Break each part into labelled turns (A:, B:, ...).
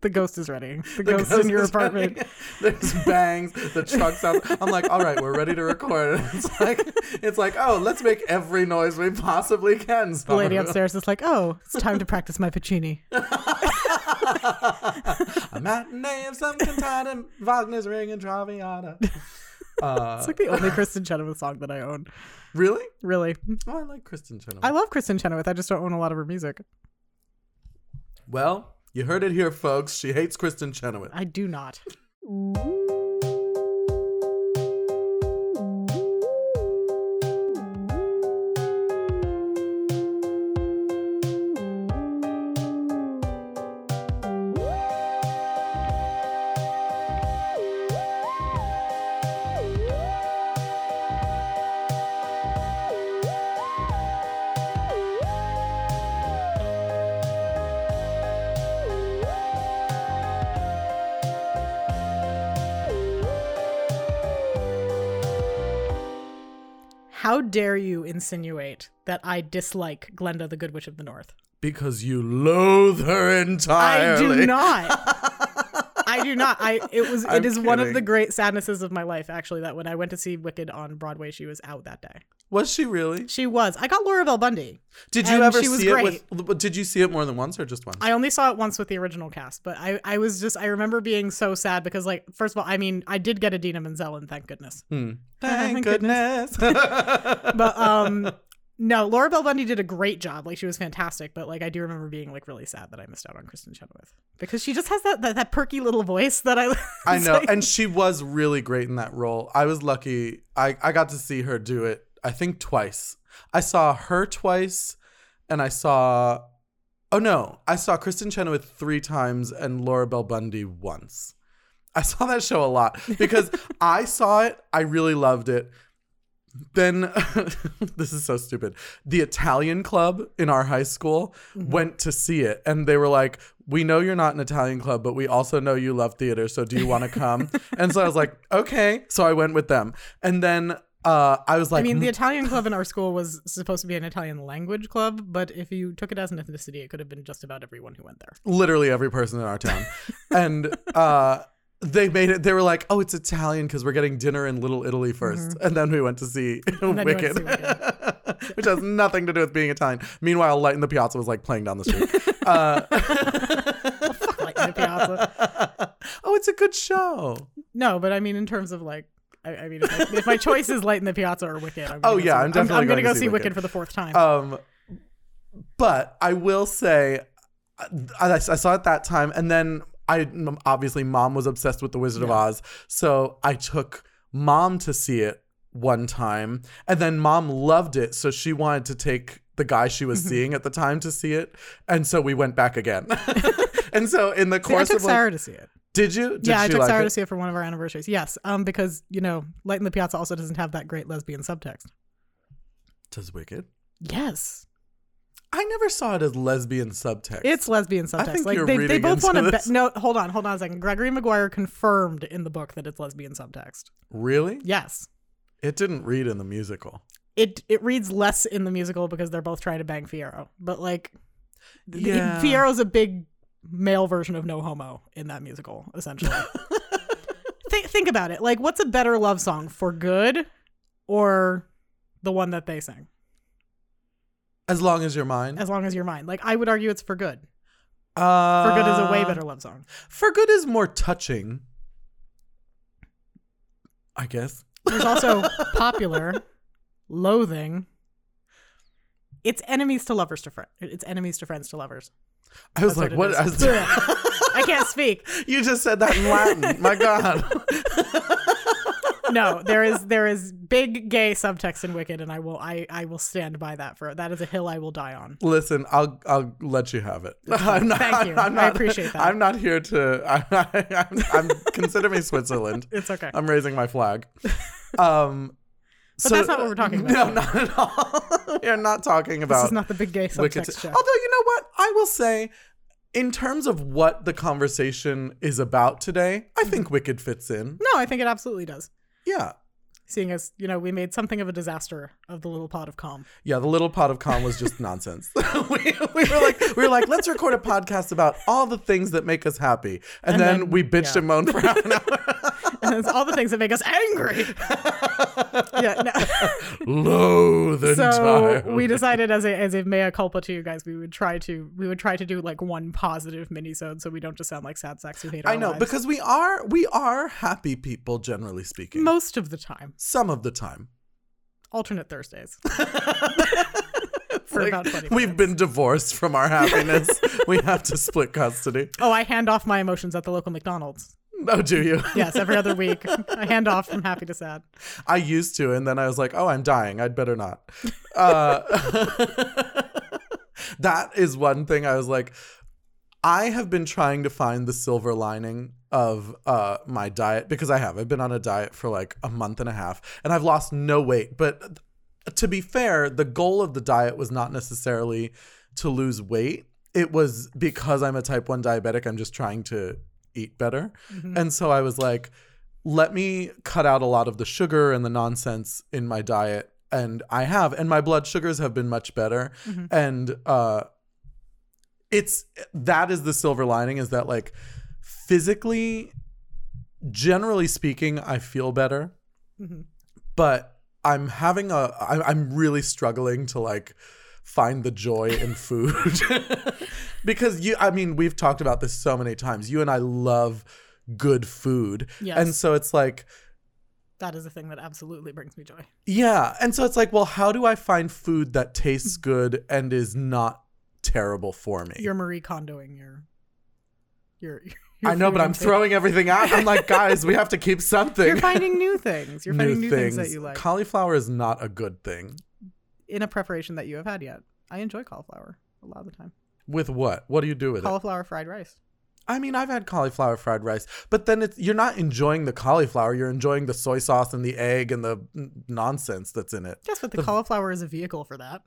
A: the ghost is ready. The ghost, in your
B: is
A: apartment.
B: running. There's bangs. The truck sounds. I'm like, all right, we're ready to record. It's like, it's like, oh, let's make every noise we possibly can.
A: The lady upstairs is like, "Oh, it's time to practice my Puccini."
B: A matinee of some cantata, and Wagner's Ring and Traviata. Uh,
A: It's like the only Kristen Chenoweth song that I own.
B: really?
A: Really,
B: Oh, I like Kristen Chenoweth.
A: I love Kristen Chenoweth. I just don't own a lot of her music.
B: well, you heard it here, folks. She hates Kristen Chenoweth.
A: I do not. How dare you insinuate that I dislike Glenda, the Good Witch of the North?
B: Because you loathe her
A: I
B: entirely.
A: do not. I do not. I it was
B: I'm
A: it is one of
B: kidding.
A: the great sadnesses of my life actually that when I went to see Wicked on Broadway she was out that day.
B: Was she really?
A: She was. I got Laura Bell Bundy.
B: Did you
A: And
B: ever
A: she was
B: see it with? Did you see it more than once or just once?
A: I only saw it once with the original cast, but I I was just I remember being so sad because like first of all, I mean, I did get Adina Menzel and thank goodness. Uh,
B: Hmm.
A: Thank
B: Thank goodness.
A: But um no, Laura Bell Bundy did a great job. Like she was fantastic, but like I do remember being like really sad that I missed out on Kristen Chenoweth because she just has that that, that perky little voice that I
B: I
A: it's
B: know.
A: like-
B: and she was really great in that role. I was lucky. I, I got to see her do it, I think, twice. I saw her twice, and I saw. Oh, no. I saw Kristen Chenoweth three times and Laura Bell Bundy once. I saw that show a lot because I saw it. I really loved it. Then, this is so stupid. The Italian club in our high school went to see it, and they were like, We know you're not an Italian club, but we also know you love theater. So, do you want to come? and so I was like, Okay. So I went with them. And then uh, I was like,
A: I mean, the Italian club in our school was supposed to be an Italian language club, but if you took it as an ethnicity, it could have been just about everyone who went there.
B: literally every person in our town. and uh, they made it, they were like, oh, it's Italian because we're getting dinner in Little Italy 1st And then we went to see
A: Mm-hmm. then you went to
B: Wicked,
A: see
B: which has nothing to do with being Italian. Meanwhile, Light in the Piazza was like playing down the street. Uh,
A: Like in the piazza.
B: oh, it's a good show.
A: No, but I mean, in terms of like, I, I mean, if, I, if my choice is Light in the Piazza or Wicked, I'm gonna
B: Oh,
A: go
B: yeah,
A: see-
B: I'm definitely
A: I'm gonna
B: going to
A: go
B: see
A: see Wicked.
B: Wicked.
A: for the fourth time.
B: Um, but I will say, I, I saw it that time, and then I obviously mom was obsessed with the Wizard of Oz, so I took mom to see it one time, and then mom loved it, so she wanted to take the guy she was
A: Mm-hmm.
B: seeing at the time to see it, and so we went back again. and so in the
A: See, I
B: course
A: took
B: of like-
A: Sarah to see it.
B: did you? Did
A: yeah, I
B: she
A: took
B: like
A: Sarah
B: it?
A: to see it for one of our anniversaries. Yes, um, because you know, Light in the Piazza also doesn't have that great lesbian subtext.
B: Does Wicked?
A: Yes,
B: I never saw it as lesbian subtext.
A: it's lesbian subtext.
B: think
A: like
B: you're
A: they, they
B: reading
A: both
B: into
A: want to.
B: this.
A: Be- no, hold on, hold on a second. Gregory Maguire confirmed in the book that it's lesbian subtext.
B: really.
A: Yes.
B: It didn't read in the musical.
A: it it reads less in the musical because they're both trying to bang Fiero. But like th-
B: Yeah.
A: Fiero's a big male version of No Homo in that musical, essentially. think think about it. Like what's a better love song for good or the one that they sing?
B: As long as you're mine.
A: As long as you're mine. Like I would argue it's for good.
B: Uh,
A: For good is a way better love song.
B: For good is more touching. I guess.
A: There's also popular, loathing. It's enemies to lovers to friends. It's enemies to friends to lovers.
B: I was
A: That's
B: like, what?
A: it is.
B: I was-
A: I can't speak.
B: you just said that in Latin. My God.
A: no, there is there is big gay subtext in Wicked, and I will I I will stand by that for that is a hill I will die on.
B: Listen, I'll I'll let you have it. I'm not,
A: Thank you.
B: I'm
A: I
B: not,
A: appreciate that.
B: I'm not here to. I, I, I'm, I'm consider me Switzerland.
A: It's okay.
B: I'm raising my flag. Um, but
A: that's not what we're talking
B: No,
A: about.
B: not at all. we are not talking about.
A: this is not the big gay
B: Wicked
A: subtext
B: City.
A: show.
B: Although you know what, I will say, in terms of what the
A: Mm-hmm.
B: conversation is about today, I think Wicked fits in.
A: No, I think it absolutely does.
B: Yeah,
A: Seeing as, you know, we made something of a disaster of the little pot of calm.
B: Yeah, the little pot of calm was just nonsense. we, we were like, we were like, let's record a podcast about all the things that make us happy, and,
A: And
B: then,
A: then-
B: we bitched
A: yeah.
B: and moaned for half an hour.
A: And it's all the things that make us angry. yeah. No.
B: Loathe and
A: so
B: tired.
A: we decided as a as a mea culpa to you guys, we would try to we would try to do like one positive minisode so we don't just sound like sad sacks who hate our
B: I know
A: lives.
B: because we are we are happy people generally speaking.
A: most of the time,
B: Some of the time.
A: alternate Thursdays. For
B: Like,
A: about 20
B: we've
A: minutes.
B: been divorced from our happiness. we have to split custody.
A: Oh, I hand off my emotions at the local McDonald's.
B: Oh, do you?
A: Yes, every other week. I hand off from happy to sad.
B: I used to, and then I was like, oh, I'm dying. I'd better not. Uh, that is one thing I was like, I have been trying to find the silver lining of uh, my diet because I have. I've been on a diet for like a month and a half, and I've lost no weight. But uh, to be fair, the goal of the diet was not necessarily to lose weight. It was because I'm a type 1 diabetic, I'm just trying to eat better.
A: Mm-hmm. Uh,
B: And so I was like, let me cut out a lot of the sugar and the nonsense in my diet. And I have, and my blood sugars have been much better. And uh, it's that is the silver lining is that, like, physically, generally speaking, I feel better
A: Mhm.
B: but I'm having a I'm, I'm really struggling to like find the joy in food because you I mean we've talked about this so many times you and I love good food
A: Yes.
B: and so it's like
A: That is a thing that absolutely brings me joy.
B: yeah and so it's like well how do I find food that tastes good and is not terrible for me
A: Mm-hmm. You're Marie Kondoing your your, your
B: I know
A: food
B: but I'm
A: intake.
B: throwing everything out I'm like guys we have to keep something
A: You're finding new things. You're finding new things. that you like
B: cauliflower is not a good thing
A: in a preparation that you have had yet. I enjoy cauliflower a lot of the time.
B: with what what do you do with it
A: Cauliflower fried rice.
B: I mean, I've had cauliflower fried rice, but then it's, you're not enjoying the cauliflower. You're enjoying the soy sauce and the egg and the n- nonsense that's in it.
A: Yes, but the, cauliflower is a vehicle for that.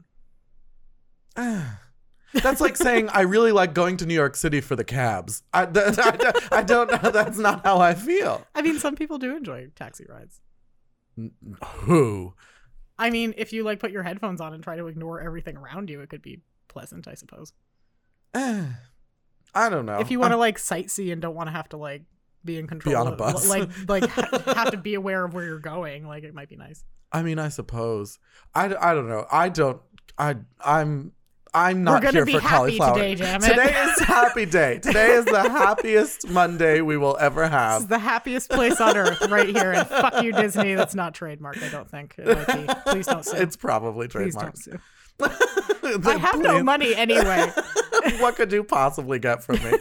B: That's like saying I really like going to New York City for the cabs. I, th- I, d- I don't. That's not how I feel.
A: I mean, some people do enjoy taxi rides.
B: Who?
A: I mean, if you like put your headphones on and try to ignore everything around you, it could be pleasant, I suppose.
B: Eh, I don't know.
A: if you want to like sightsee and don't want to have to like be in control
B: on a
A: of-
B: bus.
A: like like ha- have to be aware of where you're going, like it might be nice.
B: I mean, I suppose. I, d- I don't know. I don't. I I'm. I'm
A: We're
B: not
A: gonna
B: here
A: be
B: for
A: happy
B: cauliflower.
A: today, damn it.
B: Today is happy day. Today is the happiest Monday we will ever have.
A: This is the happiest place on earth right here. And fuck you, Disney. That's not trademark, I don't think. It might be. Please don't sue.
B: It's probably
A: Please don't
B: trademarked.
A: sue.
B: Like,
A: I have no
B: please,
A: money anyway.
B: what could you possibly get from me?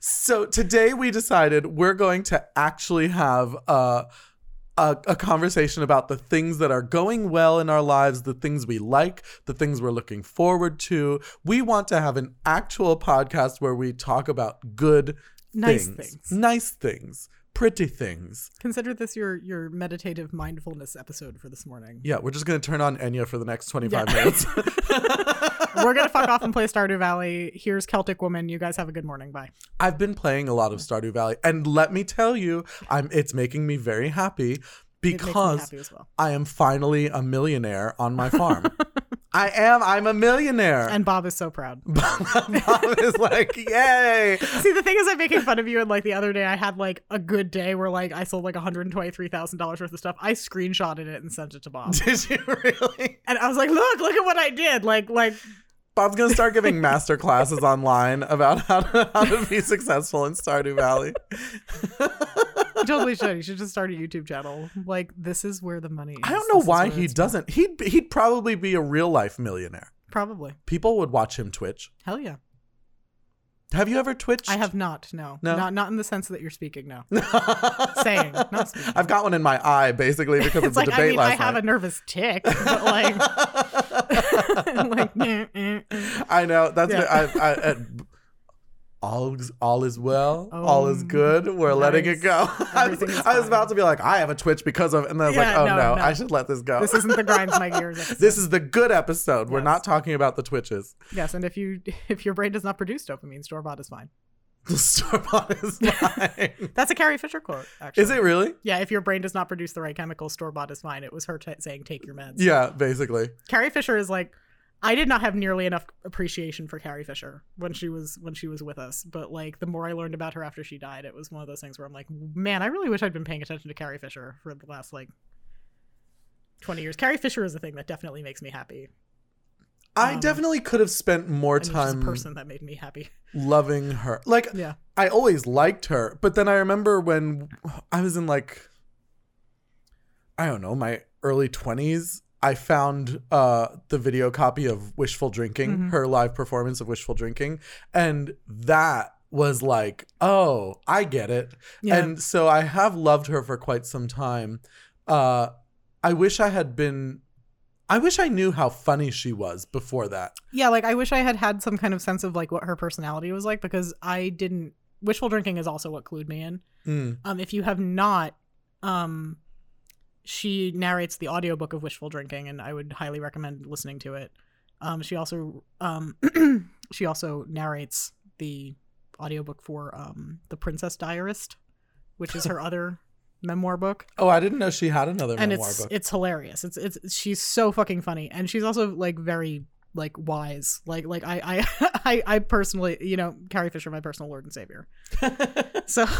B: so today we decided we're going to actually have a, a a conversation about the things that are going well in our lives, the things we like, the things we're looking forward to. We want to have an actual podcast where we talk about good
A: Nice
B: things,
A: things.
B: nice things, pretty things.
A: Consider this your your meditative mindfulness episode for this morning.
B: Yeah, we're just gonna turn on Enya for the next twenty five
A: Yeah.
B: minutes.
A: We're gonna fuck off and play Stardew Valley. Here's Celtic Woman. You guys have a good morning. Bye.
B: I've been playing a lot of Stardew Valley, and let me tell you, I'm it's making me very happy
A: It makes me
B: because
A: happy as well.
B: I am finally a millionaire on my farm. I am. I'm a millionaire. And
A: And Bob is so proud.
B: Bob is like, yay!
A: See, the thing is, I'm making fun of you. And like the other day, I had like a good day where like I sold like $123,000 worth of stuff. I screenshotted it and sent it to Bob.
B: Did you really?
A: And I was like, look, look at what I did. Like, like,
B: Bob's gonna start giving master classes online about how to, how to be successful in Stardew Valley.
A: you totally should. You should just start a YouTube channel. Like, this is where the money is.
B: I don't know
A: This is
B: why
A: where
B: he
A: it's-
B: doesn't. He'd be- he'd probably be a real life millionaire.
A: Probably.
B: People would watch him Twitch.
A: Hell yeah.
B: Have you ever twitched?
A: I have not. No.
B: No?
A: Not, not in the sense that you're speaking. No. Saying, not speaking.
B: I've got one in my eye basically because of
A: It's
B: the
A: like,
B: debate
A: I mean,
B: last
A: I have a
B: night.
A: nervous tick, but like, like, mm, mm, mm.
B: I know that's
A: Yeah.
B: I, I, I, all is- all is well, all is
A: Um,
B: good. We're letting
A: nice.
B: it go. I was,
A: Everything is
B: I was
A: fine.
B: about to be like, I have a twitch because of, and then I was like,
A: Yeah,
B: oh no,
A: no, no.
B: I should let this go.
A: this isn't the grinds my gears. episode.
B: This is the good episode. We're
A: Yes.
B: not talking about the twitches.
A: Yes, and if you if your brain does not produce dopamine, store bought is fine.
B: The store bought is mine.
A: That's a Carrie Fisher quote, actually.
B: is it really?
A: Yeah, if your brain does not produce the right chemicals, store bought is fine. It was her t- saying, take your meds.
B: Yeah, basically.
A: Carrie Fisher is like, I did not have nearly enough appreciation for Carrie Fisher when she was when she was with us. But like, the more I learned about her after she died, it was one of those things where I'm like, man, I really wish I'd been paying attention to Carrie Fisher for the last like 20 years. Carrie Fisher is a thing that definitely makes me happy.
B: I
A: Um,
B: definitely could have spent more
A: And she's just a
B: time
A: person that made me happy.
B: loving her. Like
A: Yeah.
B: I always liked her, but then I remember when I was in like I don't know, my early 20s, I found uh the video copy of Wishful Drinking,
A: Mhm.
B: her live performance of Wishful Drinking, and that was like, "Oh, I get it."
A: Yeah.
B: And so I have loved her for quite some time. Uh I wish I had been I wish I knew how funny she was before that.
A: Yeah, like I wish I had had some kind of sense of like what her personality was like because I didn't. Wishful drinking is also what clued me in.
B: Mm.
A: Um, if you have not, um, she narrates the audiobook of Wishful Drinking, and I would highly recommend listening to it. Um, she also um, she also narrates the audiobook for um, the Princess Diarist, which is her other memoir book
B: Oh, I didn't know she had another
A: and
B: memoir
A: it's
B: book.
A: it's hilarious. It's it's she's so fucking funny, and she's also like very like wise. Like like I I I, I personally you know Carrie Fisher, my personal lord and savior. so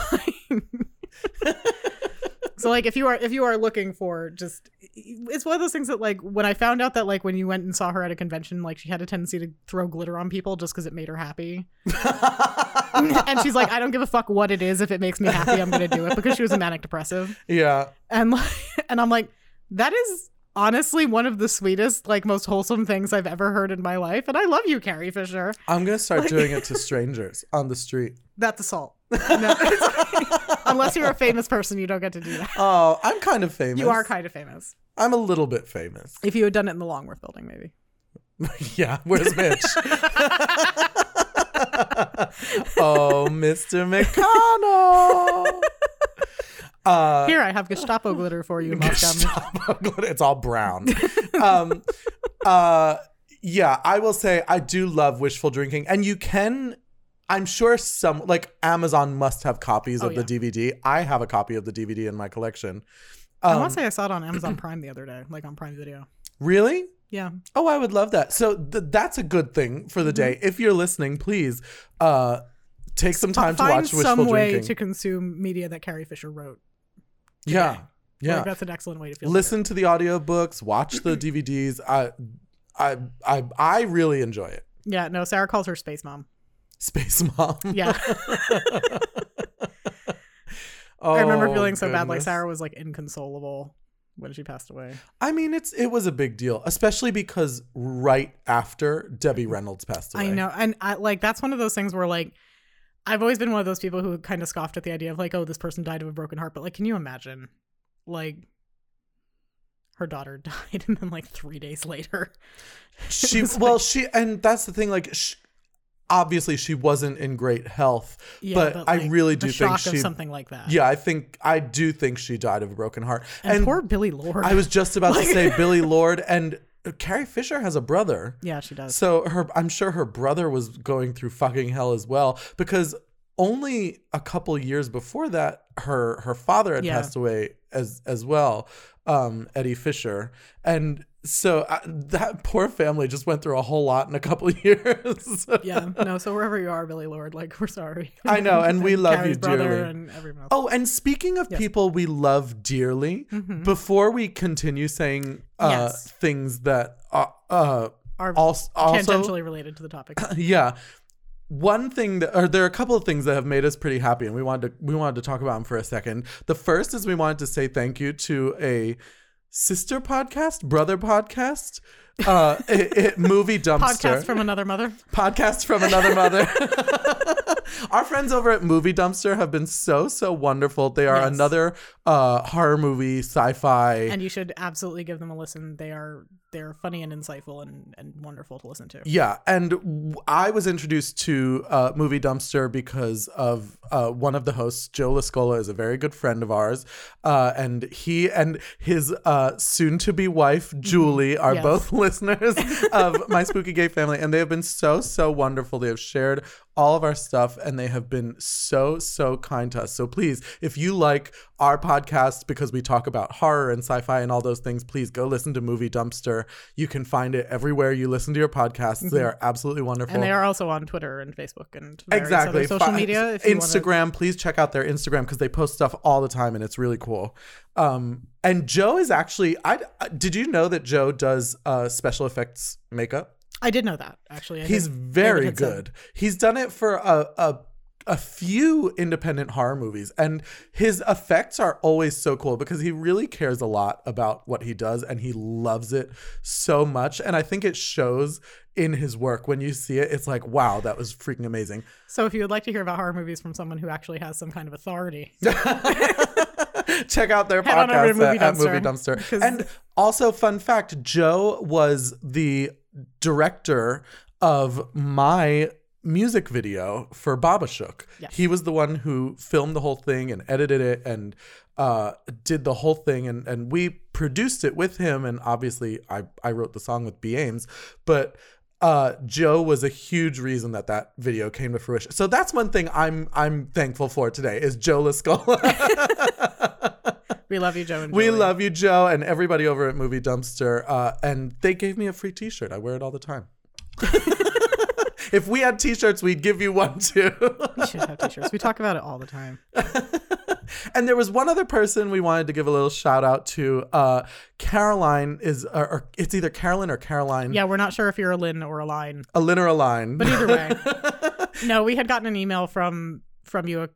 A: so like if you are if you are looking for just it's one of those things that like when I found out that like when you went and saw her at a convention, like she had a tendency to throw glitter on people just because it made her happy. and she's like, I don't give a fuck what it is. If it makes me happy, I'm gonna do it because she was a manic depressive
B: yeah.
A: and like and i'm like that is honestly one of the sweetest like most wholesome things i've ever heard in my life and i love you carrie fisher
B: I'm going to start
A: Like-
B: doing it to strangers on the street.
A: that's assault no, unless you're a famous person you don't get to do that
B: Oh, I'm kind of famous.
A: you are kind of famous
B: I'm a little bit famous.
A: if you had done it in the longworth building maybe
B: yeah, where's Mitch? oh, Mr. McConnell. Uh,
A: here i have gestapo glitter for you Montgomery.
B: Stop. it's all brown. um, uh, yeah, I will say I do love wishful drinking, and you can. I'm sure some like Amazon must have copies
A: Oh,
B: of the DVD. I have a copy of the DVD in my collection.
A: i
B: Um,
A: want to say i saw it on amazon prime the other day like on prime video
B: really?
A: yeah
B: Oh, I would love that. So th- that's a good thing for the day.
A: Mm-hmm.
B: If you're listening, please uh, take some time to
A: find
B: watch
A: some
B: wishful
A: way
B: drinking.
A: to consume media that carrie fisher wrote
B: yeah, yeah.
A: like, that's an excellent way to feel
B: Listen to the audiobooks, watch the DVDs. I, I, I, I really enjoy it.
A: better. yeah no sarah calls her space mom
B: Space Mom.
A: yeah I
B: Oh,
A: remember feeling so bad. Like Sarah was like inconsolable when she passed away.
B: I mean, it's it was a big deal, especially because right after Debbie Reynolds passed away.
A: I know, and I like that's one of those things where like I've always been one of those people who kind of scoffed at the idea of like, oh, this person died of a broken heart. But like, can you imagine, like, her daughter died, and then like three days later,
B: She
A: was
B: well,
A: like-
B: she and that's the thing. Like, sh obviously, she wasn't in great health,
A: yeah.
B: but, I
A: like,
B: really
A: the
B: do
A: shock
B: think
A: of
B: she.
A: something like that.
B: Yeah, I think I do think she died of a broken heart.
A: and, poor Billy Lord.
B: I was just about
A: Like-
B: to say Billy Lord and uh, Carrie Fisher has a brother.
A: yeah, she does.
B: So her I'm sure her brother was going through fucking hell as well because only a couple years before that her her father had
A: Yeah.
B: passed away as as well um Eddie Fisher and so uh, that poor family just went through a whole lot in a couple years.
A: Yeah, no. So wherever you are, Billy Lord, like we're sorry.
B: I know, and we love
A: Carrie's
B: you
A: brother
B: dearly.
A: and everyone else.
B: Oh, and speaking of
A: Yes.
B: people we love dearly,
A: Mhm.
B: before we continue saying uh,
A: Yes.
B: things that are uh,
A: Are
B: also, also
A: tangentially related to the topic.
B: yeah, one thing that or there are a couple of things that have made us pretty happy, and we wanted to we wanted to talk about them for a second. The first is we wanted to say thank you to a sister podcast, brother podcast, uh, it, it, movie dumpster
A: Podcast from another mother.
B: podcast from another mother. Our friends over at Movie Dumpster have been so so wonderful. They are
A: Yes.
B: another uh, horror movie sci-fi.
A: and you should absolutely give them a listen. They are they're funny and insightful and, and wonderful to listen to.
B: Yeah, and w- I was introduced to uh, Movie Dumpster because of uh, one of the hosts, Joe Lascola, is a very good friend of ours, uh, and he and his uh, soon-to-be wife Julie are
A: Yes.
B: both listeners of My Spooky Gay Family, and they have been so so wonderful. They have shared all of our stuff and they have been so so kind to us so please if you like our podcast because we talk about horror and sci-fi and all those things please go listen to movie dumpster you can find it everywhere you listen to your podcasts they are absolutely wonderful
A: Mm-hmm. And they are also on Twitter and Facebook and various
B: exactly
A: other social
B: Fi-
A: media. If you wanna-
B: instagram please check out their instagram because they post stuff all the time and it's really cool um and joe is actually i did you know that joe does uh special effects makeup
A: I did know that actually. I
B: he's
A: did.
B: very
A: had said.
B: good he's done it for a, a a few independent horror movies and his effects are always so cool because he really cares a lot about what he does and he loves it so much and i think it shows in his work when you see it it's like wow that was freaking amazing
A: So if you would like to hear about horror movies from someone who actually has some kind of authority,
B: Check out their
A: Head on over to
B: podcast
A: Movie
B: at, at
A: Dumpster,
B: Movie Dumpster.
A: 'cause-
B: And also, fun fact Joe was the director of my music video for Baba Shook.
A: Yes.
B: He was the one who filmed the whole thing and edited it and uh, did the whole thing. And, and we produced it with him. And obviously, I, I wrote the song with B. Ames. But uh, Joe was a huge reason that that video came to fruition. So that's one thing I'm I'm thankful for today is Joe LaScola.
A: we love you, Joe. And
B: We
A: Julie.
B: love you, Joe, and everybody over at Movie Dumpster. Uh, and they gave me a free T-shirt. I wear it all the time. if we had T-shirts, we'd give you one too.
A: We should have t-shirts. We talk about it all the time.
B: and there was one other person we wanted to give a little shout out to. Uh, Caroline is, or, or it's either Carolyn or Caroline,
A: Yeah, we're not sure if you're a Lynn or a line,
B: a Lynn or a line.
A: but either way, no, we had gotten an email from from you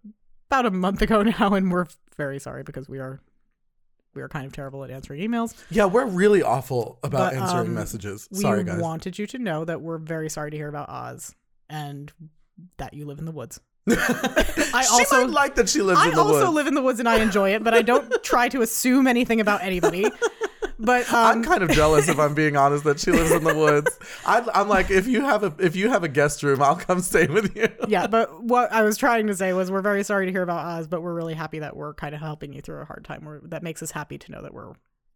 A: about a month ago now, and we're very sorry because we are we are kind of terrible at answering emails.
B: yeah, we're really awful about
A: But,
B: answering
A: um,
B: messages.
A: We
B: Sorry, guys.
A: wanted you to know that we're very sorry to hear about Oz and that you live in the woods. I
B: she
A: also
B: might like that she lives
A: I
B: in the
A: also
B: woods.
A: live in the woods and I enjoy it, but I don't try to assume anything about anybody. But
B: I'm
A: um,
B: kind of jealous if I'm being honest that she lives in the woods. I, I'm like, if you have a if you have a guest room, I'll come stay with you.
A: yeah, but what I was trying to say was we're very sorry to hear about Oz, but we're really happy that we're kind of helping you through a hard time. We're, that makes us happy to know that we're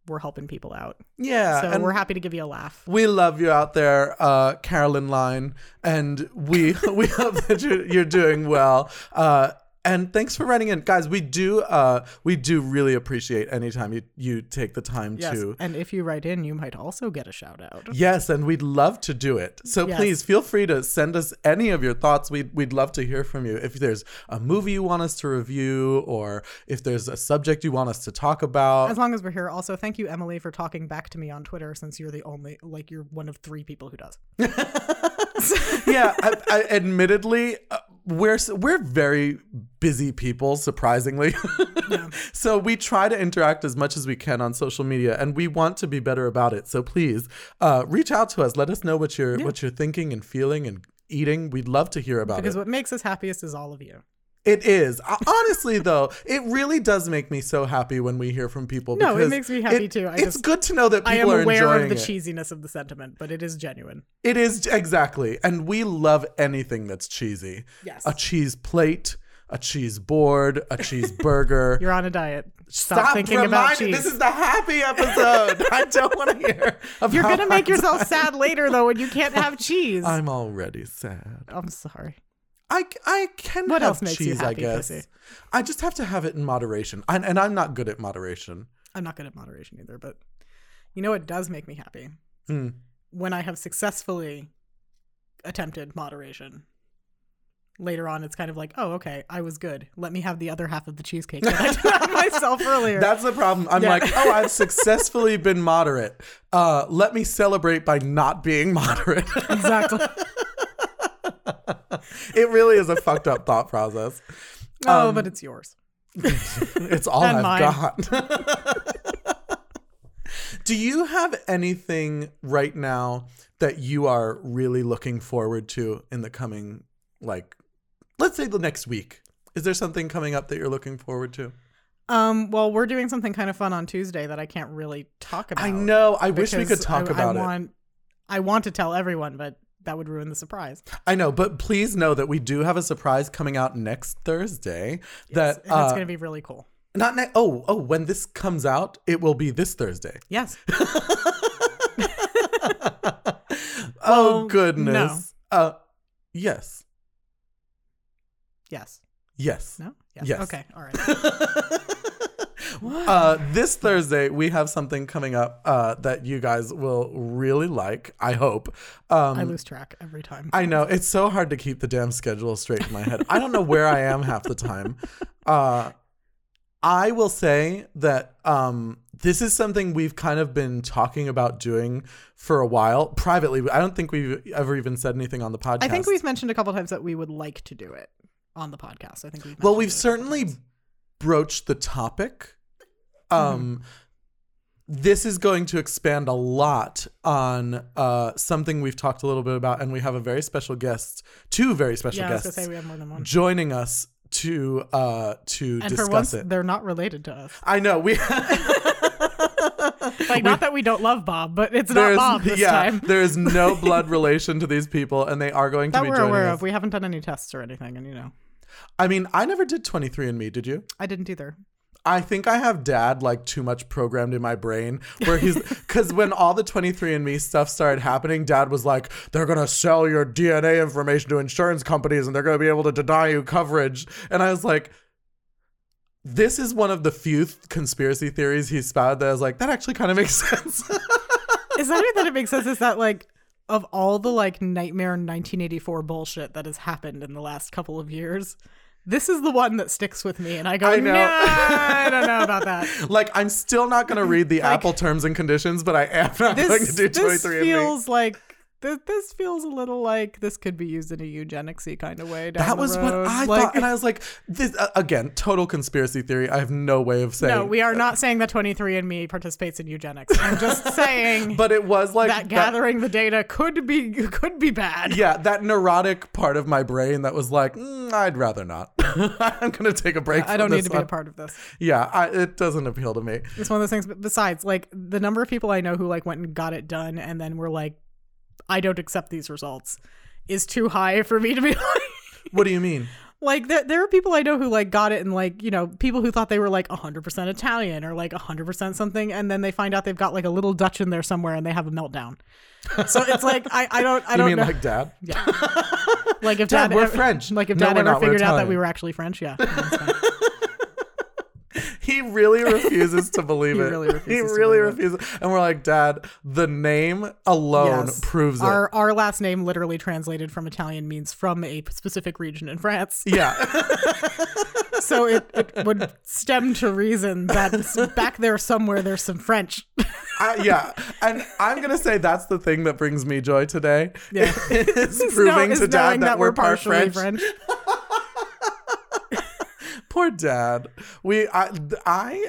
A: we're helping people out.
B: Yeah,
A: So
B: Uh, and
A: we're happy to give you a laugh.
B: we love you out there, uh, Carolyn Line, and we we hope that you're, you're doing well. Uh, and thanks for writing in, guys. We do uh, we do really appreciate anytime you you take the time
A: Yes.
B: to.
A: And if you write in, you might also get a shout out.
B: Yes, and we'd love to do it. So
A: Yes.
B: please feel free to send us any of your thoughts. We'd, we'd love to hear from you. If there's a movie you want us to review, or if there's a subject you want us to talk about.
A: As long as we're here, also thank you, Emily, for talking back to me on Twitter since you're the only, like, you're one of three people who does.
B: yeah, I, I, admittedly, uh, we're s- we're very busy people, surprisingly. so we try to interact as much as we can on social media, and we want to be better about it. So please uh, reach out to us. Let us know what you're what you're thinking and feeling and eating. We'd love to hear about it.
A: Because what makes us happiest is all of you.
B: It is. Uh, Honestly, though, it really does make me so happy when we hear from people.
A: No, it
B: because
A: makes me happy too. I
B: it's
A: just-
B: good to know that
A: I
B: people
A: am
B: are
A: aware of
B: enjoying
A: the
B: it.
A: cheesiness of the sentiment, but it is genuine.
B: It is exactly, and we love anything that's cheesy.
A: Yes.
B: a cheese plate, a cheese board, a cheeseburger.
A: You're on a diet. Stop, thinking about
B: reminding-
A: cheese.
B: This is the happy episode. I don't want to hear. About
A: You're gonna make yourself sad later though when you can't have cheese. I'm,
B: I'm already sad.
A: sorry.
B: I, I can
A: What
B: have
A: else makes
B: cheese,
A: you
B: I
A: happy,
B: guess.
A: Pussy?
B: I just have to have it in moderation. And, and I'm not good at moderation.
A: I'm not good at moderation either, but you know what does make me happy?
B: Hmm.
A: When I have successfully attempted moderation. Later on, it's kind of like, oh, okay, I was good. Let me have the other half of the cheesecake that I did on myself earlier.
B: That's the problem. I'm
A: Yeah.
B: like, oh, I've successfully been moderate. Uh, let me celebrate by not being moderate.
A: exactly.
B: Um, it really is a fucked up thought process.
A: oh, but it's yours.
B: It's all
A: And
B: I've
A: mine.
B: got. Do you have anything right now that you are really looking forward to in the coming, like, let's say the next week? Is there something coming up that you're looking forward to?
A: Um, well, we're doing something kind of fun on Tuesday that I can't really talk about.
B: I know. I wish we
A: because
B: could talk
A: I-
B: about
A: I
B: it.
A: want, I want to tell everyone, but that would ruin the surprise.
B: I know, but please know that we do have a surprise coming out next Thursday.
A: Yes,
B: that
A: and
B: uh,
A: it's going to be really cool.
B: not ne- oh oh when this comes out, it will be this Thursday.
A: Yes.
B: Oh
A: Well,
B: goodness. Uh Oh, yes.
A: Yes.
B: Yes.
A: No? Yes.
B: Yes.
A: Okay. All right. What?
B: Uh, this Thursday, we have something coming up uh, that you guys will really like, I hope. Um,
A: I lose track every time.
B: I know it's so hard to keep the damn schedule straight in my head. I don't know where I am half the time. Uh, I will say that um, this is something we've kind of been talking about doing for a while privately. I don't think we've ever even said anything on the podcast.
A: I think we've mentioned a couple times that we would like to do it on the podcast. I think we've mentioned
B: Well,
A: it a
B: we've
A: couple
B: certainly
A: times.
B: broached the topic.
A: Mm-hmm.
B: Um, This is going to expand a lot on uh, something we've talked a little bit about, and we have a very special guest, two very special
A: yeah, I was
B: guests
A: gonna say we have more than one.
B: joining us to uh, to
A: And
B: discuss
A: for once,
B: it.
A: they're not related to us.
B: I know we.
A: Like, not that we don't love Bob, but it's not
B: there's-
A: Bob this
B: yeah,
A: time.
B: there is no blood relation to these people, and they are going to
A: That
B: be
A: we're
B: joining
A: aware
B: us.
A: of. We haven't done any tests or anything, and you know,
B: I mean, I never did 23andMe. Did you?
A: I didn't either.
B: I think I have dad like too much programmed in my brain where he's because when all the 23andMe stuff started happening, dad was like, they're going to sell your DNA information to insurance companies and they're going to be able to deny you coverage. And I was like, this is one of the few th- conspiracy theories he spouted that I was like, that actually kind of makes sense.
A: Is that it that it makes sense? Is that like of all the like nightmare 1984 bullshit that has happened in the last couple of years, this is the one that sticks with me, and I go,
B: I know.
A: "Nah, I don't know about that.
B: like, I'm still not going to read the Apple terms and conditions, but I am not going to
A: This,
B: do
A: this
B: 23andMe.
A: feels like. th- This feels a little like this could be used in a eugenicsy kind of way. Down
B: That
A: the
B: was what
A: road.
B: I
A: Like-
B: thought, and I was like, "This uh, again, total conspiracy theory." I have no way of saying.
A: No, we are not saying that 23andMe participates in eugenics. I'm just saying
B: uh, But it was like
A: that gathering the data could be could be bad.
B: yeah, that neurotic part of my brain that was like, "Mm, "I'd rather not. I'm gonna take a break."
A: I don't need to be a part of this.
B: Yeah, I, it doesn't appeal to me.
A: It's one of those things. But besides, like the number of people I know who like went and got it done and then were like, "I don't accept these results," is too high for me to be like.
B: What do you mean?
A: Like there, there are people I know who like got it and like you know people who thought they were like 100% Italian or like 100% something, and then they find out they've got like a little Dutch in there somewhere and they have a meltdown. So it's like I, I don't I
B: You
A: don't
B: mean
A: know.
B: like dad?
A: Yeah. like if
B: Dad,
A: dad,
B: we're
A: ever-
B: French.
A: Like if
B: No,
A: dad
B: we're
A: ever
B: not, we're
A: figured out that we
B: Italian.
A: were actually French, yeah.
B: He really refuses to believe
A: He
B: it.
A: really refuses
B: He
A: to
B: really
A: believe
B: refuses. And we're like, Dad, the name alone
A: Yes.
B: proves Oh, it.
A: our our last name literally translated from Italian means from a specific region in France.
B: yeah,
A: So it, it would stem to reason that s- back there somewhere there's some French.
B: I, yeah. And I'm gonna say that's the thing that brings me joy today.
A: Yeah.
B: it's proving
A: Is
B: to
A: knowing
B: Dad that, we're part
A: partially
B: French. Poor dad. We I I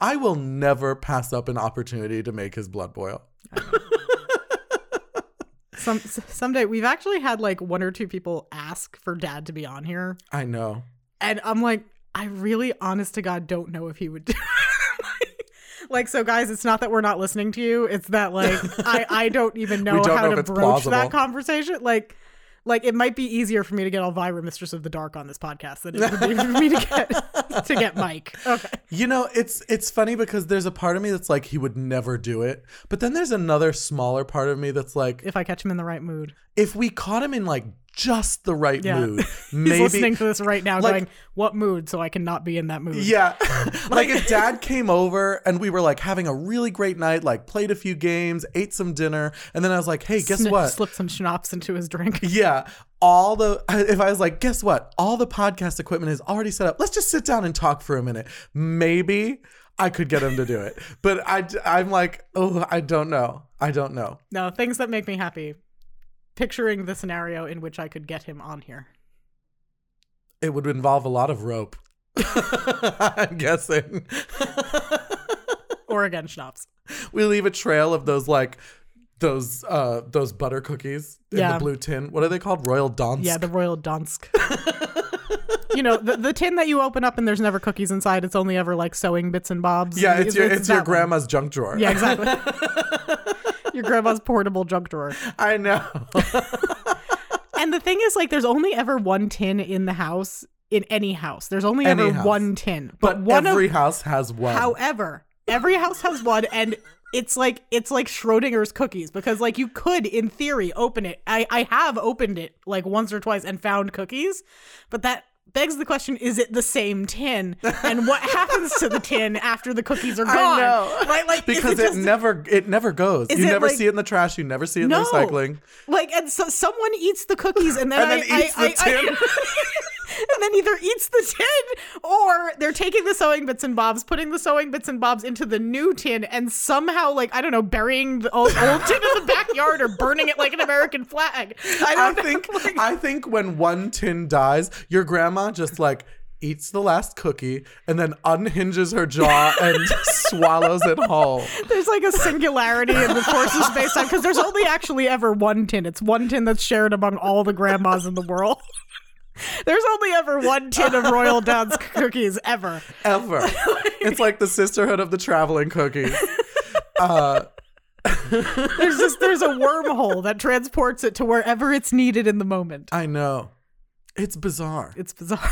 B: I will never pass up an opportunity to make his blood boil.
A: Some s- someday we've actually had like one or two people ask for dad to be on here
B: I know.
A: And I'm like, I really, honest to God, don't know if he would do it. like, so guys, it's not that we're not listening to you. It's that like I, I don't even know
B: We don't
A: how
B: know if
A: to
B: it's
A: broach
B: plausible.
A: that conversation. Like, like it might be easier for me to get Elvira, Mistress of the Dark, on this podcast than it would be for me to get to get Mike. Okay,
B: You know, it's it's funny because there's a part of me that's like he would never do it, but then there's another smaller part of me that's like
A: if I catch him in the right mood,
B: if we caught him in like just the right
A: Yeah.
B: mood,
A: he's
B: maybe
A: listening to this right now,
B: like-
A: going, "What mood?" So I cannot be in that mood.
B: Yeah. like if dad came over and we were like having a really great night, like played a few games, ate some dinner, and then I was like, "Hey, guess
A: Sni-
B: what?
A: Slip some schnapps into his drink.
B: Yeah. All the if I was like, guess what? All the podcast equipment is already set up. Let's just sit down and talk for a minute. Maybe I could get him to do it. But I I'm like, oh, I don't know. I don't know.
A: No, things that make me happy. Picturing the scenario in which I could get him on here.
B: It would involve a lot of rope. I'm guessing.
A: Oregon schnapps.
B: We leave a trail of those like those uh those butter cookies in
A: Yeah.
B: the blue tin. What are they called? Royal Donsk.
A: Yeah, the Royal Donsk. you know, the, the tin that you open up and there's never cookies inside. It's only ever like sewing bits and bobs.
B: yeah, it's your it's,
A: that
B: your
A: one.
B: grandma's junk drawer.
A: Yeah, exactly. your grandma's portable junk drawer.
B: I know.
A: And the thing is, like, there's only ever one tin in the house, in any house. There's only
B: Any
A: ever
B: house.
A: one tin.
B: But
A: one
B: every
A: of,
B: house has one.
A: however, every house has one, and it's like it's like Schrodinger's cookies because like you could in theory open it. I I have opened it like once or twice and found cookies, but that begs the question: Is it the same tin? And what happens to the tin after the cookies are
B: I
A: gone?
B: know.
A: Like like is
B: because
A: it
B: it,
A: just-
B: never it never goes.
A: Is
B: You
A: it
B: never
A: like-
B: see it in the trash. You never see it in
A: No.
B: the recycling.
A: Like, and so someone eats the cookies, and then,
B: And
A: I,
B: then eats
A: I-
B: the
A: I- I-
B: tin.
A: and then either eats the tin, or they're taking the sewing bits and bobs, putting the sewing bits and bobs into the new tin, and somehow, like I don't know, burying the old, old tin in the backyard or burning it like an American flag. Um, I
B: I
A: don't know.
B: think I think when one tin dies, your grandma just like eats the last cookie and then unhinges her jaw and swallows it whole.
A: There's like a singularity in the forces based on because there's only actually ever one tin. It's one tin that's shared among all the grandmas in the world. There's only ever one tin of Royal Downs cookies ever.
B: Ever. It's like the sisterhood of the traveling cookies.
A: There's just there's a wormhole that transports it to wherever it's needed in the moment.
B: I know. It's bizarre.
A: It's bizarre.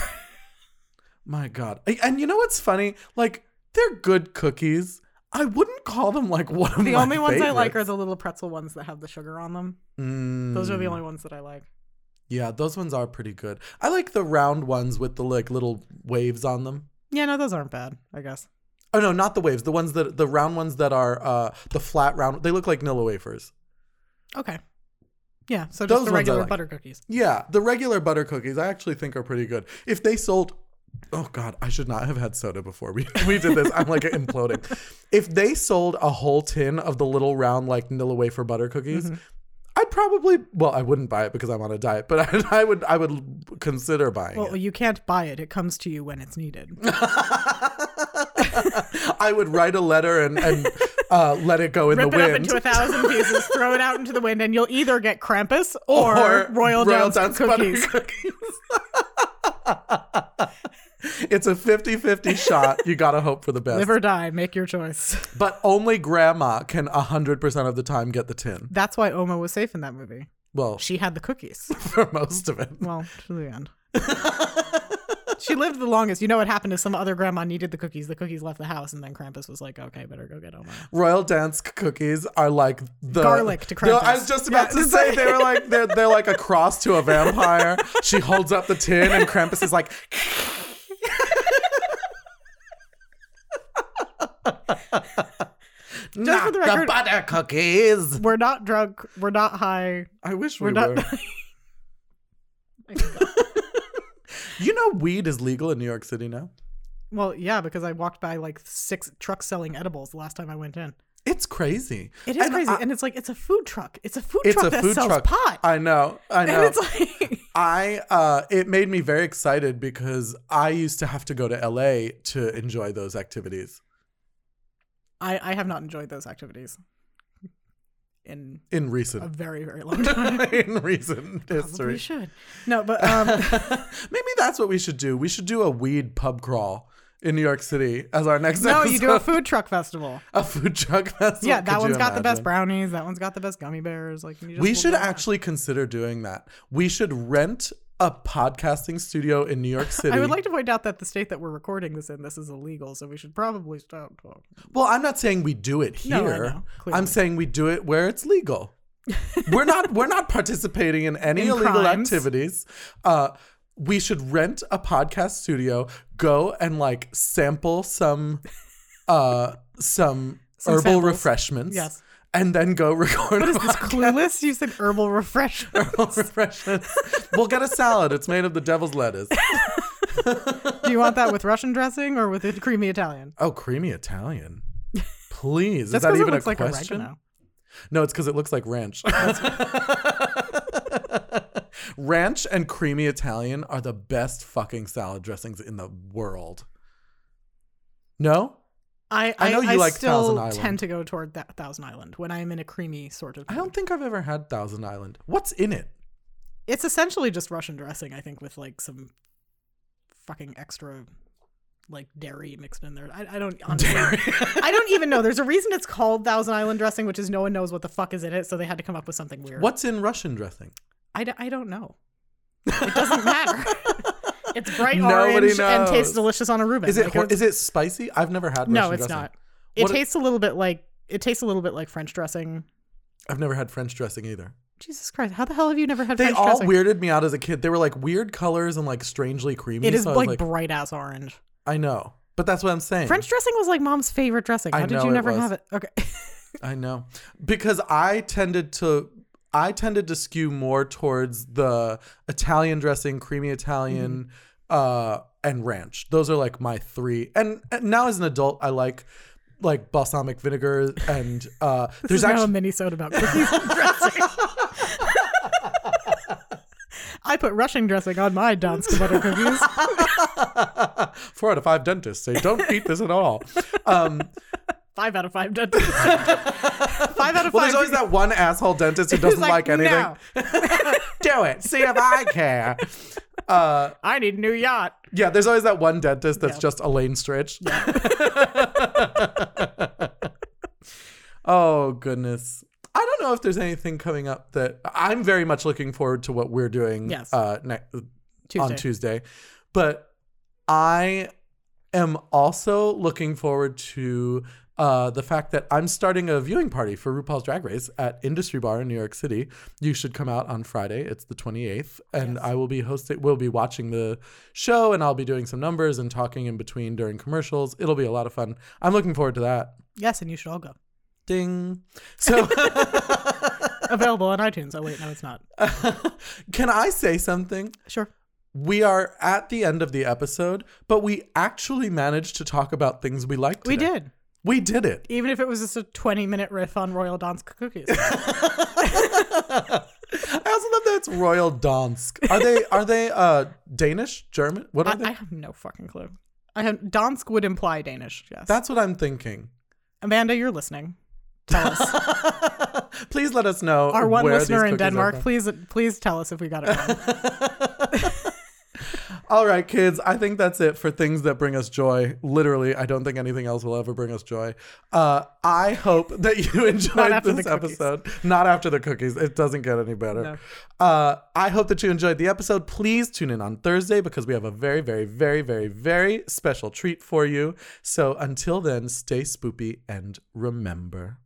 B: My God. A- And you know what's funny? Like, they're good cookies. I wouldn't call them like one of
A: The
B: my
A: only ones I like are
B: favorites.
A: the little pretzel ones that have the sugar on them.
B: Mm.
A: Those are the only ones that I like.
B: Yeah, those ones are pretty good. I like the round ones with the like little waves on them.
A: Yeah, no, those aren't bad. I guess.
B: Oh no, not the waves. The ones that the round ones that are uh the flat round. They look like Nilla wafers.
A: Okay. Yeah, so just
B: Those ones
A: the
B: I
A: regular
B: like.
A: butter cookies.
B: Yeah, the regular butter cookies I actually think are pretty good. If they sold Oh god, I should not have had soda before we we did this. I'm like imploding. If they sold a whole tin of the little round like Nilla wafer butter cookies, I'd probably well, I wouldn't buy it because I'm on a diet, but I, I would I would consider buying it.
A: Well, you can't buy it. It comes to you when it's needed.
B: I would write a letter and, and uh, let it go in
A: Rip
B: the
A: it
B: wind.
A: up into a thousand pieces, throw it out into the wind, and you'll either get Krampus or, Royal, Downs
B: butter
A: cookies.
B: cookies. it's a 50 50 shot. You got to hope for the best.
A: Live or die, make your choice.
B: But only grandma can 100% of the time get the tin.
A: That's why Oma was safe in that movie.
B: Well,
A: She had the cookies.
B: for most of it.
A: Well, to the end. she lived the longest. You know what happened is some other grandma needed the cookies. The cookies left the house, and then Krampus was like, "Okay, better go get Oma."
B: Royal Dansk cookies are like the
A: Garlic to
B: No, I
A: Krampus.
B: was just about to say they were like they're they're like a cross to a vampire. she holds up the tin and Krampus is like Just
A: Just for the record-
B: butter cookies.
A: We're not drunk. We're not high.
B: I wish we
A: We're
B: were
A: not.
B: You know, weed is legal in New York City now.
A: well, yeah, because I walked by like six trucks selling edibles the last time I went in.
B: It's crazy.
A: It is
B: And
A: crazy,
B: I-
A: and it's like it's a food truck. It's a food
B: it's
A: truck
B: a
A: that
B: food
A: sells
B: truck.
A: pot.
B: I know. I know.
A: and it's like
B: I uh it made me very excited because I used to have to go to LA to enjoy those activities
A: I, I have not enjoyed those activities in
B: in
A: a
B: recent
A: very very long time.
B: in recent
A: Probably
B: history.
A: should. No, but um,
B: Maybe that's what we should do. We should do a weed pub crawl in New York City as our next
A: no, you do a
B: episode.
A: food truck festival.
B: a food truck festival.
A: Yeah, that
B: Could
A: one's
B: you
A: got the best
B: imagine?
A: brownies. That one's got the best gummy bears. Like you just
B: We
A: hold
B: should
A: them.
B: actually consider doing that. We should rent a podcasting studio in New York City.
A: I would like to point out that the state that we're recording this in, this is illegal, so we should probably stop talking.
B: Well, I'm not saying we do it
A: No, I know,
B: here.
A: clearly.
B: I'm saying we do it where it's legal. we're not we're not participating in any
A: In
B: illegal
A: crimes.
B: activities. Uh, we should rent a podcast studio, go and like sample some uh some,
A: Some
B: herbal
A: samples.
B: refreshments.
A: Yes.
B: And then go record
A: What is
B: a
A: this clueless? You said herbal refreshment.
B: herbal refreshments. we'll get a salad. It's made of the devil's lettuce.
A: Do you want that with Russian dressing or with it creamy Italian?
B: Oh, creamy Italian. Please. Is
A: That's
B: that
A: because
B: even
A: it looks
B: a
A: like
B: question?
A: oregano.
B: No, it's because it looks like ranch. ranch and creamy Italian are the best fucking salad dressings in the world. No?
A: I,
B: I
A: I
B: know you like
A: still
B: Thousand Island.
A: tend to go toward that Thousand Island when I am in a creamy sort of.
B: I don't think I've ever had Thousand Island. What's in it?
A: It's essentially just Russian dressing, I think, with like some fucking extra like dairy mixed in there. I, I don't honestly, I don't even know. There's a reason it's called Thousand Island dressing, which is no one knows what the fuck is in it, so they had to come up with something weird.
B: What's in Russian dressing?
A: I, d- I don't know. It doesn't matter. it's bright
B: Nobody
A: orange and
B: knows.
A: tastes delicious on a Reuben.
B: Is it
A: Like,
B: hor-
A: it's-
B: is it spicy? I've never had Russian
A: no, it's
B: dressing.
A: not. It
B: What-
A: tastes a little bit like It tastes a little bit like French dressing.
B: I've never had French dressing either.
A: Jesus Christ! How the hell have you never had
B: They
A: French
B: all
A: dressing?
B: weirded me out as a kid. They were like weird colors and like strangely creamy.
A: it is
B: so I was
A: like,
B: like,
A: bright ass orange.
B: I know, but that's what I'm saying.
A: French dressing was like mom's favorite dressing.
B: I
A: How did
B: know
A: you
B: it
A: never
B: was.
A: have it? Okay.
B: I know. Because I tended to I tended to skew more towards the Italian dressing, creamy Italian, uh, and ranch. Those are like my three. And, and now as an adult, I like like balsamic vinegar and uh
A: There's
B: there's
A: now a
B: actually
A: mini soda about cookies and dressing. I put Russian dressing on my Don's butter cookies.
B: four out of five dentists say don't eat this at all. Um
A: Five out of five dentists. five out of five.
B: well there's always that one asshole dentist who doesn't like, anything.
A: No,
B: Do it. See if I care. Uh
A: I need a new yacht.
B: Yeah, there's always that one dentist that's
A: Yeah.
B: just Elaine Stritch. oh goodness. I don't know if there's anything coming up that I'm very much looking forward to what we're doing
A: Yes.
B: uh, ne-
A: Tuesday.
B: on Tuesday. But I am also looking forward to uh, the fact that I'm starting a viewing party for RuPaul's Drag Race at Industry Bar in New York City. You should come out on Friday. It's the 28th, and I will be hosting. We'll be watching the show, and I'll be doing some numbers and talking in between during commercials. It'll be a lot of fun. I'm looking forward to that.
A: Yes, and you should all go.
B: Ding. So,
A: Available on iTunes. Oh wait, no, it's not.
B: can I say something?
A: Sure.
B: We are at the end of the episode, but we actually managed to talk about things we liked.
A: We
B: today.
A: did.
B: We did it.
A: Even if it was just a 20 minute riff on Royal Don's cookies.
B: I also love that it's Royal Dansk. Are they are they uh Danish? German? What are
A: I,
B: they?
A: I have no fucking clue. I have, Dansk would imply Danish. Yes.
B: That's what I'm thinking.
A: Amanda, you're listening. Tell us.
B: please let us know.
A: Our one
B: where these
A: listener in
B: cookies are
A: Denmark,
B: from.
A: please please tell us if we got it wrong.
B: All right, kids. I think that's it for things that bring us joy. Literally, I don't think anything else will ever bring us joy. Uh, I hope that you enjoyed
A: after
B: this
A: the cookies.
B: episode. Not after the cookies. It doesn't get any better. Uh, I hope that you enjoyed the episode. Please tune in on Thursday because we have a very, very, very, very, very special treat for you. So until then, stay spoopy and remember.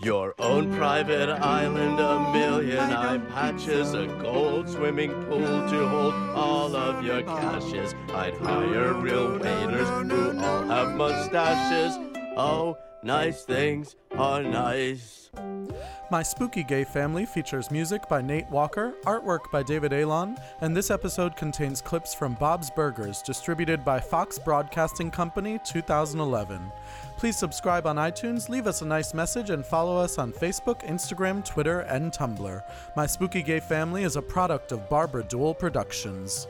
C: Your own private island, a million eye patches, a gold swimming pool to hold all of your caches. I'd hire real waiters who all have mustaches. Oh, nice things are nice.
B: My Spooky Gay Family features music by Nate Walker, artwork by David Alon, and this episode contains clips from Bob's Burgers, distributed by Fox Broadcasting Company 2011. Please subscribe on iTunes, leave us a nice message, and follow us on Facebook, Instagram, Twitter, and Tumblr. My Spooky Gay Family is a product of Barbara Dual Productions.